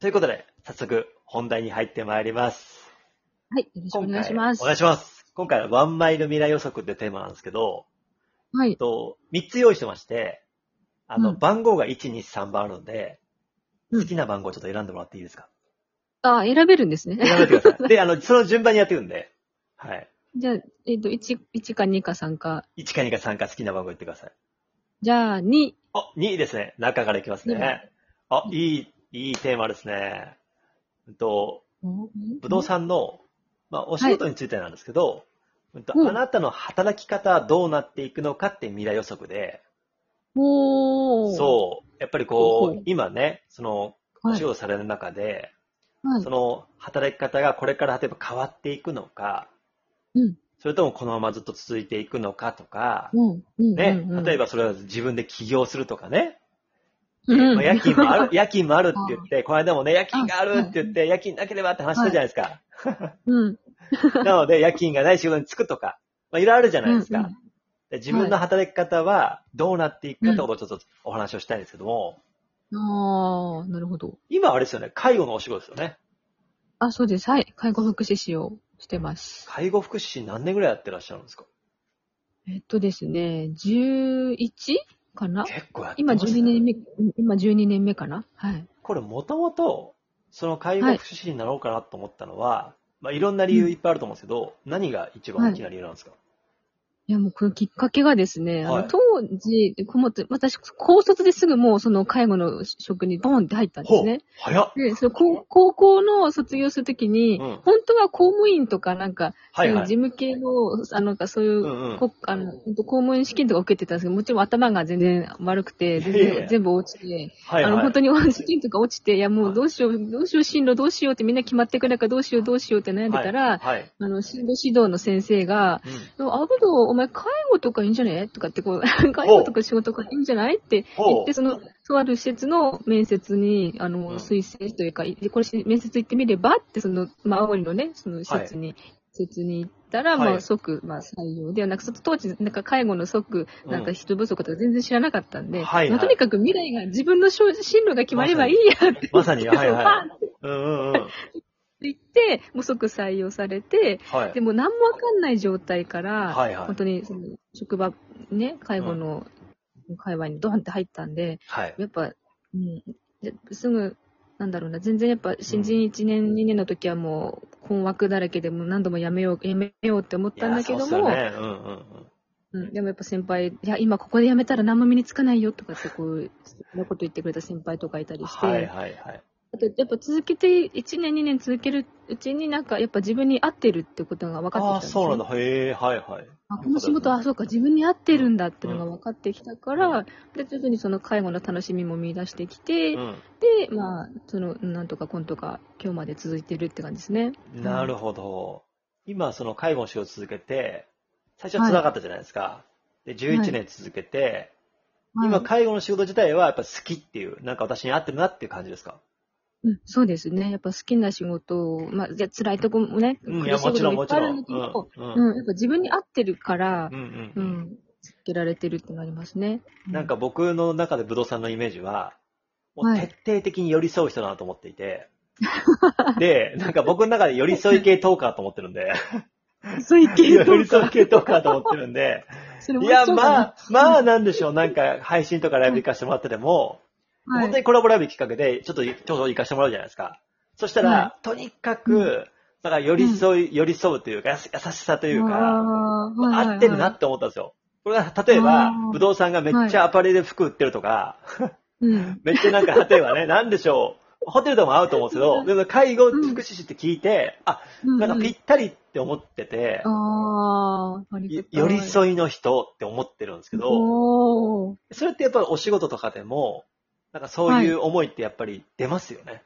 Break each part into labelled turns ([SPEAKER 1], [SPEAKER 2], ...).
[SPEAKER 1] ということで、早速本題に入ってまいります。
[SPEAKER 2] はい、よろしくお願いします。
[SPEAKER 1] お願いします。今回はワンマイル未来予測ってテーマなんですけど、
[SPEAKER 2] は
[SPEAKER 1] えっ
[SPEAKER 2] い。
[SPEAKER 1] と、3つ用意してまして、あの、
[SPEAKER 2] うん
[SPEAKER 1] 番号が1、2、3番あるので、
[SPEAKER 2] うん
[SPEAKER 1] 好きな番号ちょっと選んでもらっていいですか、
[SPEAKER 2] あ、選べるんですね。
[SPEAKER 1] 選んでください。で、あの、その順番にやってるんで、はい。
[SPEAKER 2] じゃあ、えっ、と、1、1か2か3か。
[SPEAKER 1] 1か2か3か好きな番号言ってください。
[SPEAKER 2] じゃあ、2。
[SPEAKER 1] あ、2ですね。中からいきますね。あ、いい、いいテーマですね。うんと、ぶどうさんの、まあ、お仕事についてなんですけど、うんと
[SPEAKER 2] うん
[SPEAKER 1] あなたの働き方はどうなっていくのかって未来予測で、
[SPEAKER 2] おー。
[SPEAKER 1] そう、やっぱりこ
[SPEAKER 2] ほ
[SPEAKER 1] う
[SPEAKER 2] う、
[SPEAKER 1] 今ね、その、
[SPEAKER 2] う。
[SPEAKER 1] お
[SPEAKER 2] はい
[SPEAKER 1] 仕。事される中で、
[SPEAKER 2] はい
[SPEAKER 1] その働き方がこれから例えば変わっていくのか、
[SPEAKER 2] うん
[SPEAKER 1] それともこのままずっと続いていくのかとか、
[SPEAKER 2] うん。うん。
[SPEAKER 1] ね、
[SPEAKER 2] うん
[SPEAKER 1] 例え、ばそれは自分で起業するとかね、
[SPEAKER 2] うん
[SPEAKER 1] まあ、夜勤もある、夜勤もあるって言って、この間もね、夜勤があるって言って、夜勤なければって話したじゃないですか。
[SPEAKER 2] うん。
[SPEAKER 1] なので、夜勤がない仕事に就くとか、まあ、いろいろあるじゃないですか。
[SPEAKER 2] うんうん
[SPEAKER 1] で自分の働き方はどうなっていくかってことをちょっとお話をしたいんですけども、
[SPEAKER 2] あー、なるほど。
[SPEAKER 1] 今あれですよね、介護のお仕事ですよね。
[SPEAKER 2] あ、そうです。はい。介護福祉士をしてます。
[SPEAKER 1] 介護福祉士何年ぐらいやってらっしゃるんですか
[SPEAKER 2] えっとですね、11かな
[SPEAKER 1] 結構やって
[SPEAKER 2] 今
[SPEAKER 1] ます、ね。
[SPEAKER 2] 12年目、うん今12年目かなはい。
[SPEAKER 1] これもともと、その介護福祉士になろうかなと思ったのは、まあ、いろんな理由いっぱいあると思うんですけど、何が一番大きな理由なんですか、
[SPEAKER 2] いや、もうこのきっかけがですね、
[SPEAKER 1] は
[SPEAKER 2] あ
[SPEAKER 1] い
[SPEAKER 2] の、当時、こもって私、高卒ですぐもうその介護の職にボンって入ったんで
[SPEAKER 1] ほ
[SPEAKER 2] す
[SPEAKER 1] う
[SPEAKER 2] ね。、
[SPEAKER 1] 早っ
[SPEAKER 2] で、その高高校の卒業するときに、
[SPEAKER 1] うん
[SPEAKER 2] 本当は公務員とかなんか、
[SPEAKER 1] はい
[SPEAKER 2] そうい
[SPEAKER 1] は
[SPEAKER 2] う事
[SPEAKER 1] い。
[SPEAKER 2] 務系の、あの、なんかそういう、
[SPEAKER 1] うんうん
[SPEAKER 2] こあの本当公務員試験とか受けてたんですけど、もちろん頭が全然悪くて、全
[SPEAKER 1] いやいや
[SPEAKER 2] 然全部落ちて、
[SPEAKER 1] はい
[SPEAKER 2] あの、
[SPEAKER 1] はい
[SPEAKER 2] 本当。に試験とか落ちて、いや、も
[SPEAKER 1] は
[SPEAKER 2] う
[SPEAKER 1] い
[SPEAKER 2] どうしよう、どうしよう、進路どうしようってみんな決まってくれからどうしよう、どうしようって悩んでた
[SPEAKER 1] は
[SPEAKER 2] ら、
[SPEAKER 1] い。はい
[SPEAKER 2] あの、進路指導の先生が、
[SPEAKER 1] うん
[SPEAKER 2] でも、アブド、お前、介護とかいいんじゃねとかって、こう、 介護とか仕事とかいいんじゃないって言
[SPEAKER 1] ほ
[SPEAKER 2] っ
[SPEAKER 1] う
[SPEAKER 2] て、その、とある施設の面接に、あの、
[SPEAKER 1] うん
[SPEAKER 2] 推薦というか、いこれし、面接行ってみればって、その、まあ、青森のね、その施設に、施設に行ったら、
[SPEAKER 1] はい
[SPEAKER 2] まあ、即、まあ、採用で、なんか、そ当時、なんか、介護の即、
[SPEAKER 1] うん
[SPEAKER 2] なんか、人不足とか全然知らなかったんで、
[SPEAKER 1] はいはい
[SPEAKER 2] まあとにかく未来が、自分の進路が決まればいいやって、
[SPEAKER 1] まさに、はい
[SPEAKER 2] そう パ
[SPEAKER 1] は
[SPEAKER 2] ン
[SPEAKER 1] い。
[SPEAKER 2] って
[SPEAKER 1] うんうんうん。
[SPEAKER 2] 言って、もう即採用されて、
[SPEAKER 1] はい。
[SPEAKER 2] でも何もわかんない状態から、
[SPEAKER 1] はいはい
[SPEAKER 2] 本当にその職場、ね、介護の会話にドンって入ったんで、
[SPEAKER 1] はい。
[SPEAKER 2] やっぱ、うん、ですぐ、なんだろうな、全然やっぱ新人1年、2年の時はもう困惑だらけで、もう何度もやめよう、やめようって思っ
[SPEAKER 1] い
[SPEAKER 2] た
[SPEAKER 1] や
[SPEAKER 2] んだけど
[SPEAKER 1] そうっすよ
[SPEAKER 2] も、
[SPEAKER 1] ね、うんうんうん。
[SPEAKER 2] うん、でもやっぱ先輩、いや、今ここでやめたら何も身につかないよとかってこう、そんなこと言ってくれた先輩とかいたりして、
[SPEAKER 1] はいはいはい。
[SPEAKER 2] あとやっぱ続けて、1年、2年続けるうちになんかやっぱ自分に合ってるってことが分かってきたん
[SPEAKER 1] ああ、
[SPEAKER 2] です
[SPEAKER 1] そうなんだ。へえ、はいはい。
[SPEAKER 2] あこの仕事は、あそうか、自分に合ってるんだっていうのが分かってきたから、
[SPEAKER 1] う
[SPEAKER 2] で、徐々にその介護の楽しみも見出してき
[SPEAKER 1] う
[SPEAKER 2] て、
[SPEAKER 1] ん。
[SPEAKER 2] で、まあ、その、なんとか今とか、今日まで続いてるって感じですね。
[SPEAKER 1] なるほど。今、その介護の仕事を続けて、最初は辛かったじゃないですか。で、
[SPEAKER 2] は
[SPEAKER 1] 11
[SPEAKER 2] い
[SPEAKER 1] 年続けて、
[SPEAKER 2] はい
[SPEAKER 1] 今、介護の仕事自体はやっぱ好きっていう、なんか私に合ってるなっていう感じですか
[SPEAKER 2] うん、そうですね。やっぱ好きな仕事を、まあ、じゃあ辛いとこもね、
[SPEAKER 1] うん、い
[SPEAKER 2] 苦
[SPEAKER 1] や、
[SPEAKER 2] しい
[SPEAKER 1] も
[SPEAKER 2] こ
[SPEAKER 1] ち
[SPEAKER 2] と
[SPEAKER 1] ろん
[SPEAKER 2] もい
[SPEAKER 1] も
[SPEAKER 2] っぱ
[SPEAKER 1] ち
[SPEAKER 2] いある
[SPEAKER 1] ろ
[SPEAKER 2] んだ
[SPEAKER 1] ん。
[SPEAKER 2] け
[SPEAKER 1] う
[SPEAKER 2] ど、
[SPEAKER 1] ん
[SPEAKER 2] う
[SPEAKER 1] うん
[SPEAKER 2] ん、やっぱ自分に合ってるから
[SPEAKER 1] う、んう。
[SPEAKER 2] うんん、続けられてるってなりますね。う
[SPEAKER 1] なんか、僕の中で武道さんのイメージは、もう
[SPEAKER 2] はい
[SPEAKER 1] 徹底的に寄り添う人だなと思ってい て、で、なんか僕の中で寄り添い系トーカーと思ってるんで、
[SPEAKER 2] そういう
[SPEAKER 1] い
[SPEAKER 2] 系
[SPEAKER 1] や寄
[SPEAKER 2] 統
[SPEAKER 1] り添い
[SPEAKER 2] か。
[SPEAKER 1] 系トーカーと思ってるん で、
[SPEAKER 2] それ
[SPEAKER 1] い
[SPEAKER 2] も
[SPEAKER 1] や、
[SPEAKER 2] そうか
[SPEAKER 1] ま
[SPEAKER 2] な
[SPEAKER 1] あ、まあなんでしょう、なんか配信とかライブ行かせてもらってても、
[SPEAKER 2] は
[SPEAKER 1] 本当
[SPEAKER 2] い、
[SPEAKER 1] にコラボライブきっかけで、ちょっと、ちょっと行かせてもらうじゃないですか。そしたら、
[SPEAKER 2] は
[SPEAKER 1] とにか
[SPEAKER 2] う
[SPEAKER 1] く、だから寄り添い、寄り添うというか、やす優しさというか、
[SPEAKER 2] あーはいはいはい
[SPEAKER 1] 合ってるなって思ったんですよ。これが、例えば
[SPEAKER 2] あー、
[SPEAKER 1] ぶどうさんがめっちゃアパレル服売ってるとか、
[SPEAKER 2] うん。
[SPEAKER 1] めっちゃなんか、例えばね、なんでしょう、ホテルとかも合うと思うんですけど、でも介護福祉士って聞いて、あ、なんかぴったりって思ってて、
[SPEAKER 2] ああ、ありが
[SPEAKER 1] い
[SPEAKER 2] たい
[SPEAKER 1] 寄り添いの人って思ってるんですけど、
[SPEAKER 2] おー
[SPEAKER 1] それってやっぱりお仕事とかでも、なんかそういう思いってやっぱり出ますよね。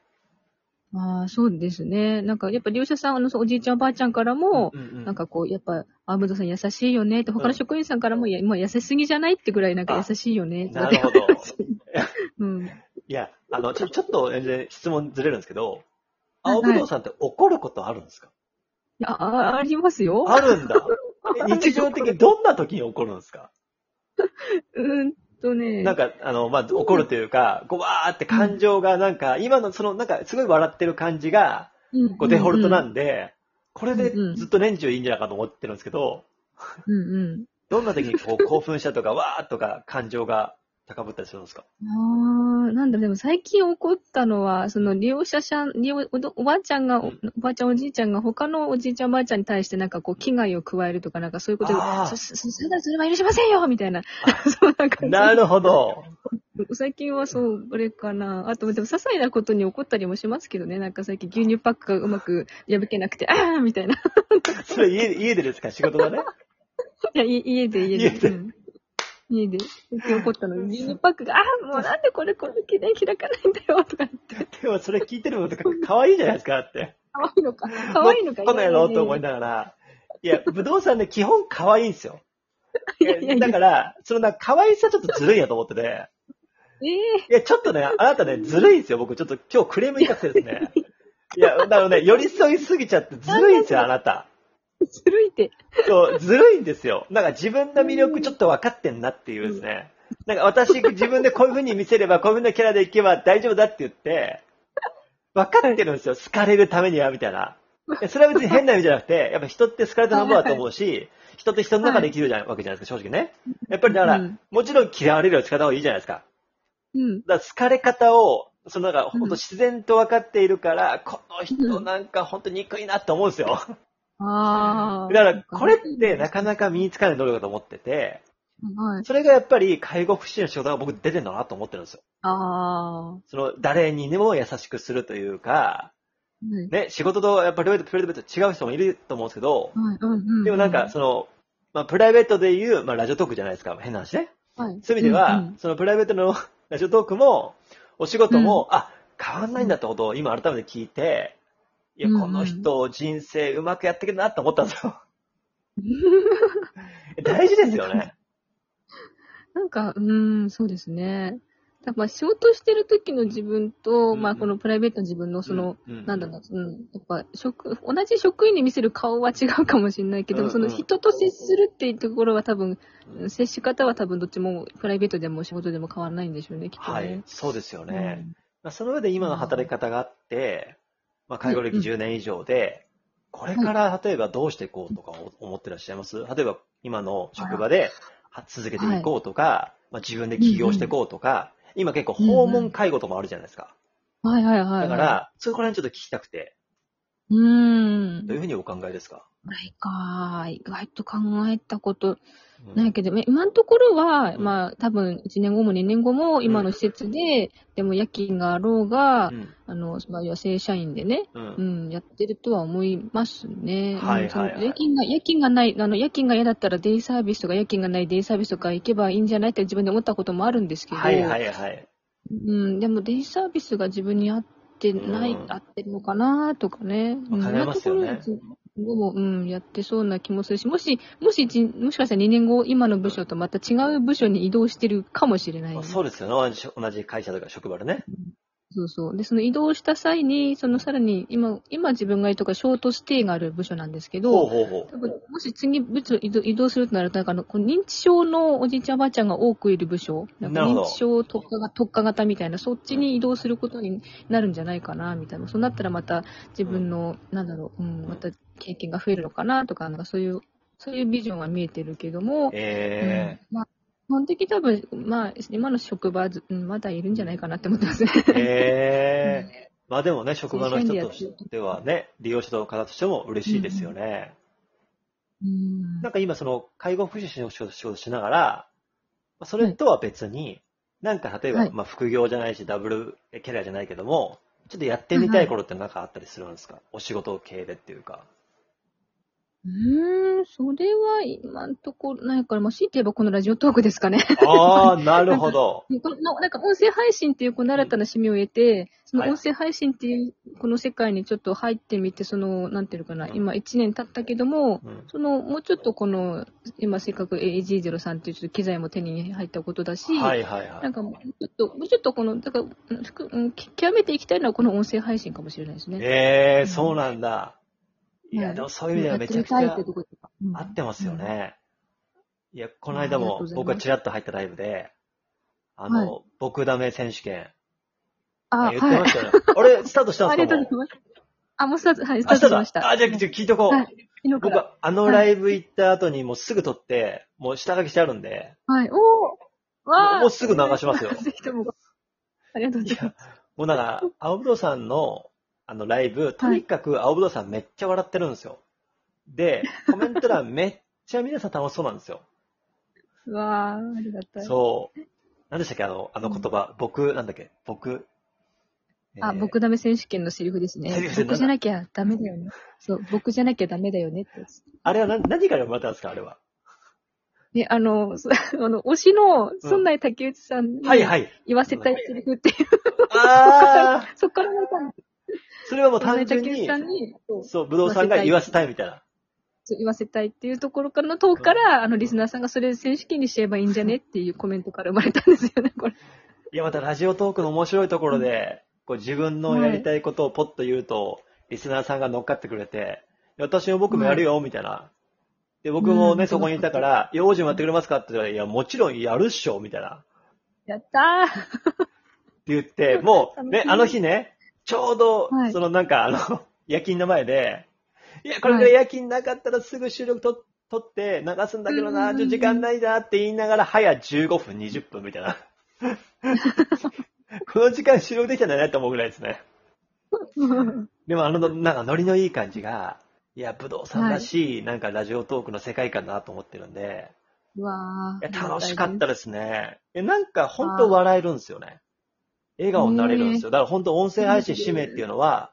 [SPEAKER 2] ああ、そうですね。なんか、やっぱ、利用者さん、あの、そうおじいちゃん、おばあちゃんからも、なんかこう、やっぱ、アブドさん優しいよねって、他の職員さんからも、いや、もう優しすぎじゃないってぐらい、なんか
[SPEAKER 1] あ
[SPEAKER 2] 優しいよねとか
[SPEAKER 1] な
[SPEAKER 2] って
[SPEAKER 1] るほ ど。
[SPEAKER 2] うん。
[SPEAKER 1] いや、あの、ちょ、ちょっと全然質問ずれるんですけど、青ぶどうさんって怒ることあるんですか、
[SPEAKER 2] あ、あありますよ。
[SPEAKER 1] あるんだ。え日常的にどんな時に怒るんですか
[SPEAKER 2] うーんとね。
[SPEAKER 1] なんか、あの、まあ、怒るというか、こう、わーって感情が、なんか、今のその、なんか、すごい笑ってる感じが、
[SPEAKER 2] うん
[SPEAKER 1] こう、デフォルトな
[SPEAKER 2] だ。
[SPEAKER 1] んで、これでずっと年中いいんじゃないかと思ってるんですけど、
[SPEAKER 2] うんうん。
[SPEAKER 1] どんな時にこう、興奮したとか、わーっとか、感情が高ぶったりするんですか
[SPEAKER 2] ああ、なんだ、でも最近起こったのは、その利用者さん、利用、おどおばあちゃんが、お
[SPEAKER 1] うん
[SPEAKER 2] おばあちゃんおじいちゃんが他のおじいちゃんおばあちゃんに対してなんかこう、危害を加えるとかなんかそういうことで
[SPEAKER 1] あー
[SPEAKER 2] そ、そ、そそれはそれは許しませんよみたいな。 そう、 なんか、
[SPEAKER 1] なるほど。
[SPEAKER 2] 最近はそう、あれかな。あと、でも、些細なことに怒ったりもしますけどね。なんか最近牛乳パックがうまく破けなくて、ああみたいな。 い
[SPEAKER 1] それ家で、家でですか仕事 だね。
[SPEAKER 2] や、い家で、家で。
[SPEAKER 1] 家で
[SPEAKER 2] うん家で。最近怒ったの。牛乳パックが、ああもうなんでこれ、この記念開かないんだよとか言って。
[SPEAKER 1] でもそれ聞いてるのとか、可愛いじゃないですか、だって。
[SPEAKER 2] 可愛いの か。可愛いのか。
[SPEAKER 1] この野郎と思い
[SPEAKER 2] いや
[SPEAKER 1] ながら。いや、武道さんね、基本可愛いんですよ。
[SPEAKER 2] いやいやいや
[SPEAKER 1] だから、そのなんか可愛さちょっとずるいやと思ってて、
[SPEAKER 2] ええ
[SPEAKER 1] いや、ちょっとね、あなたね、ずるいんですよ。僕、ちょっと今日クレーム言いたくてですね。いや、だからね、寄り添いすぎちゃってずるいんですよ、あなた。
[SPEAKER 2] ずるいって。
[SPEAKER 1] そう、ずるいんですよ。 なんか自分の魅力ちょっと分かってんなっていうですね。なんか私、自分でこういう風に見せれば、こういう風なキャラでいけば大丈夫だって言って、分かってるんですよ。好かれるためには、みたいな。いやそれは別に変な意味じゃなく て、やっぱ人って好かれたまんまだと思うし、人って人の中で生きるじゃんわけじゃないですか、正直ね。やっぱりだから、
[SPEAKER 2] うん
[SPEAKER 1] もちろん嫌われるより仕方がいいじゃないですか。
[SPEAKER 2] うん。
[SPEAKER 1] だから好かれ方を、そのなんか、
[SPEAKER 2] うん
[SPEAKER 1] ほんと自然と分かっているから、この
[SPEAKER 2] う
[SPEAKER 1] 人
[SPEAKER 2] ん
[SPEAKER 1] なんかほんと憎いなって思うんですよ。
[SPEAKER 2] ああ。
[SPEAKER 1] だから、これってなかなか身につかない能力だと思ってて、
[SPEAKER 2] はい。
[SPEAKER 1] それがやっぱり介護福祉士の仕事が僕出てるのかなと思ってるんですよ。
[SPEAKER 2] ああ。
[SPEAKER 1] その、誰にでも優しくするというか、
[SPEAKER 2] ね。
[SPEAKER 1] ね、仕事とやっぱりプライベート違う人もいると思うんですけど、
[SPEAKER 2] はい。うんうん。
[SPEAKER 1] でもなんか、その、まあ、プライベートで言う、まあ、ラジオトークじゃないですか。変な話ね。
[SPEAKER 2] はい、
[SPEAKER 1] そういう意味では、
[SPEAKER 2] うんうん
[SPEAKER 1] そのプライベートの ラジオトークも、お仕事も、あ、変わんないんだってことを今改めて聞いて、いや、
[SPEAKER 2] うんうん
[SPEAKER 1] この人、人生うまくやっていけるなって思ったん ですよ。大事ですよね。
[SPEAKER 2] なんか、うーん、そうですね。だまあ、仕事してる時の自分と、
[SPEAKER 1] うん
[SPEAKER 2] まあ、このプライベートの自分の、その、
[SPEAKER 1] う、
[SPEAKER 2] なんだろう、うん、やっぱ、職、同じ職員に見せる顔は違うかもしれないけど、
[SPEAKER 1] うんうん
[SPEAKER 2] その人と接するっていうところは多分、
[SPEAKER 1] う
[SPEAKER 2] 接し方は多分どっちも、プライベートでも仕事でも変わらないんでしょうね、きっとね。
[SPEAKER 1] はい、そうですよ
[SPEAKER 2] うん。
[SPEAKER 1] ね。まあ、その上で今の働き方があって、まあ、介護歴
[SPEAKER 2] うんうん
[SPEAKER 1] 10年以上で、これから例えばどうしていこうとかお思ってらっしゃいます例えば今の職場では続けていこうとか、まあ、自分で起業していこうとか、今結構訪問介護ともあるじゃないですか。
[SPEAKER 2] はいはいは
[SPEAKER 1] だ
[SPEAKER 2] い。
[SPEAKER 1] から、そこら辺ちょっと聞きたくて、
[SPEAKER 2] うーん。
[SPEAKER 1] どういうふうにお考えですか、
[SPEAKER 2] ないかー。意外と考えたこと
[SPEAKER 1] うん
[SPEAKER 2] ないけど、ま今のところは、
[SPEAKER 1] うん
[SPEAKER 2] まあ、多分、1年後も2年後も、今の施設で、でも夜勤があろうが、
[SPEAKER 1] うん
[SPEAKER 2] あの、まあ、要は正社員でね、
[SPEAKER 1] う
[SPEAKER 2] うんん、やってるとは思いますね。
[SPEAKER 1] はい
[SPEAKER 2] うんそ
[SPEAKER 1] はいはい
[SPEAKER 2] の夜勤が、夜勤がない、あの、夜勤が嫌だったらデイサービスとか夜勤がないデイサービスとか行けばいいんじゃないって自分で思ったこともあるんですけど、
[SPEAKER 1] はいはいはい。
[SPEAKER 2] うん、でもデイサービスが自分に合ってない、
[SPEAKER 1] うん
[SPEAKER 2] 合ってるのかなとかね。
[SPEAKER 1] まあ考えますよね
[SPEAKER 2] うん今のところは今後も、うん、やってそうな気もするし、もし、もしじ、もしかしたら2年後、今の部署とまた違う部署に移動してるかもしれない。
[SPEAKER 1] まあそうですよね同じ。同じ会社とか職場でね。
[SPEAKER 2] そうそう。で、その移動した際に、そのさらに、今、今自分がいるとか、ショートステイがある部署なんですけ
[SPEAKER 1] ほう
[SPEAKER 2] ど、
[SPEAKER 1] ほうほう。
[SPEAKER 2] 多分もし次部署移動移動するとなると、なんかあの、こう認知症のおじいちゃんおばあちゃんが多くいる部署、なんか
[SPEAKER 1] なるほど
[SPEAKER 2] 認知症特化が特化型みたいな、そっちに移動することになるんじゃないかな、みたいな。そうなったらまた自分の、なんだろう、うん、また経験が増えるのかな、とか、なんかそういう、そういうビジョンは見えてるけども、
[SPEAKER 1] え
[SPEAKER 2] うんまあ、基本的に多分、まあ、今の職場ず、うんまだいるんじゃないかなって思ってますね。
[SPEAKER 1] ー、えー。まあでもね、職 場の人と
[SPEAKER 2] 正社員でやって
[SPEAKER 1] してはね、利用者の方としても嬉しいですよね。
[SPEAKER 2] うん
[SPEAKER 1] なんか今その介護福祉士の仕事仕事しながら、まあそれとは別に、なんか例えば、
[SPEAKER 2] はい
[SPEAKER 1] まあ副業じゃないし、ダブルキャリアじゃないけども、ちょっとやってみたい頃ってなんかあったりするんですか、お仕事系でっていう か。
[SPEAKER 2] うーん、それは今んとこないから、まあ、強いて言えばこのラジオトークですかね。
[SPEAKER 1] ああ、なるほど。
[SPEAKER 2] このなんか音声配信っていうこの新たな趣味を得て、その
[SPEAKER 1] はい
[SPEAKER 2] 音声配信っていうこの世界にちょっと入ってみて、その、なんていうのかな、
[SPEAKER 1] うん
[SPEAKER 2] 今1年経ったけども、
[SPEAKER 1] うん
[SPEAKER 2] その、もうちょっとこの、今せっかく AG03 っていうちょっと機材も手に入ったことだし、
[SPEAKER 1] はいはいは
[SPEAKER 2] ないん。かもうちょっと、もうちょっとこの、だからうんふく、うんき極めていきたいのはこの音声配信かもしれないですね。
[SPEAKER 1] ええ
[SPEAKER 2] うん
[SPEAKER 1] そうなんだ。いや、
[SPEAKER 2] うん
[SPEAKER 1] でもそういう意味ではめちゃくちゃ
[SPEAKER 2] やってみたいってとこ
[SPEAKER 1] 合ってますよね。いや、この間
[SPEAKER 2] ありがと
[SPEAKER 1] も
[SPEAKER 2] うございます
[SPEAKER 1] 僕がチラッと入ったライブで、あの、僕ダメ選手権。
[SPEAKER 2] あ、
[SPEAKER 1] 言って
[SPEAKER 2] は
[SPEAKER 1] ま
[SPEAKER 2] い。
[SPEAKER 1] したよね。 あれ、スタートしたん
[SPEAKER 2] あ
[SPEAKER 1] で
[SPEAKER 2] り
[SPEAKER 1] す
[SPEAKER 2] が
[SPEAKER 1] かもう
[SPEAKER 2] とうございます。あ、もうスタート、はい、スタ
[SPEAKER 1] あ、
[SPEAKER 2] ー
[SPEAKER 1] そう
[SPEAKER 2] トし
[SPEAKER 1] だ。
[SPEAKER 2] ました。
[SPEAKER 1] あ、じゃあ、ちょっと聞いとこう。
[SPEAKER 2] はい昨日か
[SPEAKER 1] 僕
[SPEAKER 2] ら。、
[SPEAKER 1] あのライブ行った後にもうすぐ撮って、もう下書きしてあるん で、
[SPEAKER 2] はい。おーわ
[SPEAKER 1] も
[SPEAKER 2] ー
[SPEAKER 1] うもうすぐ流し ますよ
[SPEAKER 2] ぜひとも。ありがとうございます。
[SPEAKER 1] もうなんか、青ぶどさんの、あの、ライブ、とにかく青ぶどさんめっちゃ笑ってるんですよ。で、コメント欄めっちゃ皆さん楽しそうなんですよ。
[SPEAKER 2] うわー、ありがたい。
[SPEAKER 1] そう。なんでしたっけあの、あの言葉。僕、なんだっけ僕。
[SPEAKER 2] あ、
[SPEAKER 1] えー
[SPEAKER 2] 僕ダメ選手権のセリフですね
[SPEAKER 1] セリフ。で
[SPEAKER 2] 僕じゃなきゃダメだよね。そう、僕じゃなきゃダメだよねってやつ。
[SPEAKER 1] あれは何何から生まれたんですかあれは。
[SPEAKER 2] で、あの、 そあの、推しの、そんない竹内さんに
[SPEAKER 1] はい はい。
[SPEAKER 2] 言わせたいセリフっていう、
[SPEAKER 1] ああ
[SPEAKER 2] そっから言われたんです。
[SPEAKER 1] それはもう
[SPEAKER 2] そんな
[SPEAKER 1] 単
[SPEAKER 2] い
[SPEAKER 1] 純
[SPEAKER 2] 竹内
[SPEAKER 1] に
[SPEAKER 2] さ、んに、そう
[SPEAKER 1] そう、ぶどうさんが言わせたいみたいな。
[SPEAKER 2] そう言わせたいっていうところからのトークから、あの、リスナーさんがそれ選手権にしちゃえばいいんじゃねっていうコメントから生まれたんですよね、これ。
[SPEAKER 1] いや、またラジオトークの面白いところで、こう自分のやりたいことをポッと言うと、リスナーさんが乗っかってくれて、いや私も僕もやるよ、みたいな。で、僕も
[SPEAKER 2] う
[SPEAKER 1] ね、
[SPEAKER 2] ん
[SPEAKER 1] そこにいたから、用心もやってくれますかって言ったら、いや、もちろんやるっしょ、みたいな。
[SPEAKER 2] やった
[SPEAKER 1] って言って、もう、ね、
[SPEAKER 2] 楽しみ
[SPEAKER 1] あの日ね、ちょうど
[SPEAKER 2] は、い
[SPEAKER 1] そのなんかあの、 夜勤の前で、いや、これぐらい夜勤なかったらすぐ収録と撮って流すんだけどな、
[SPEAKER 2] うん
[SPEAKER 1] ちょっと時間ないなって言いながら、早15分、20分みたいな。 この時間収録できたんだなと思うぐらいですね。
[SPEAKER 2] ー
[SPEAKER 1] でもあの、なんかノリのいい感じが、いや、武道さんらしい、なんかラジオトークの世界観だなと思ってるんで、
[SPEAKER 2] うわ
[SPEAKER 1] いや
[SPEAKER 2] ー。
[SPEAKER 1] 楽しかったですね。え、なんか本当笑えるんですよね。笑顔になれるんですよ。だから本当音声配信使命っていうのは、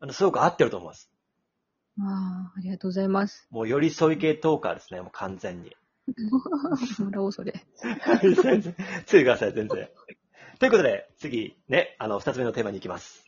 [SPEAKER 1] あの、すごく合ってると思います。
[SPEAKER 2] あーありがとうございます。
[SPEAKER 1] もう寄り添い系トーカーですね、もう完全に。
[SPEAKER 2] もらおう、それ。
[SPEAKER 1] ついてください、全然。ということで、次、ね、あの、二つ目のテーマに行きます。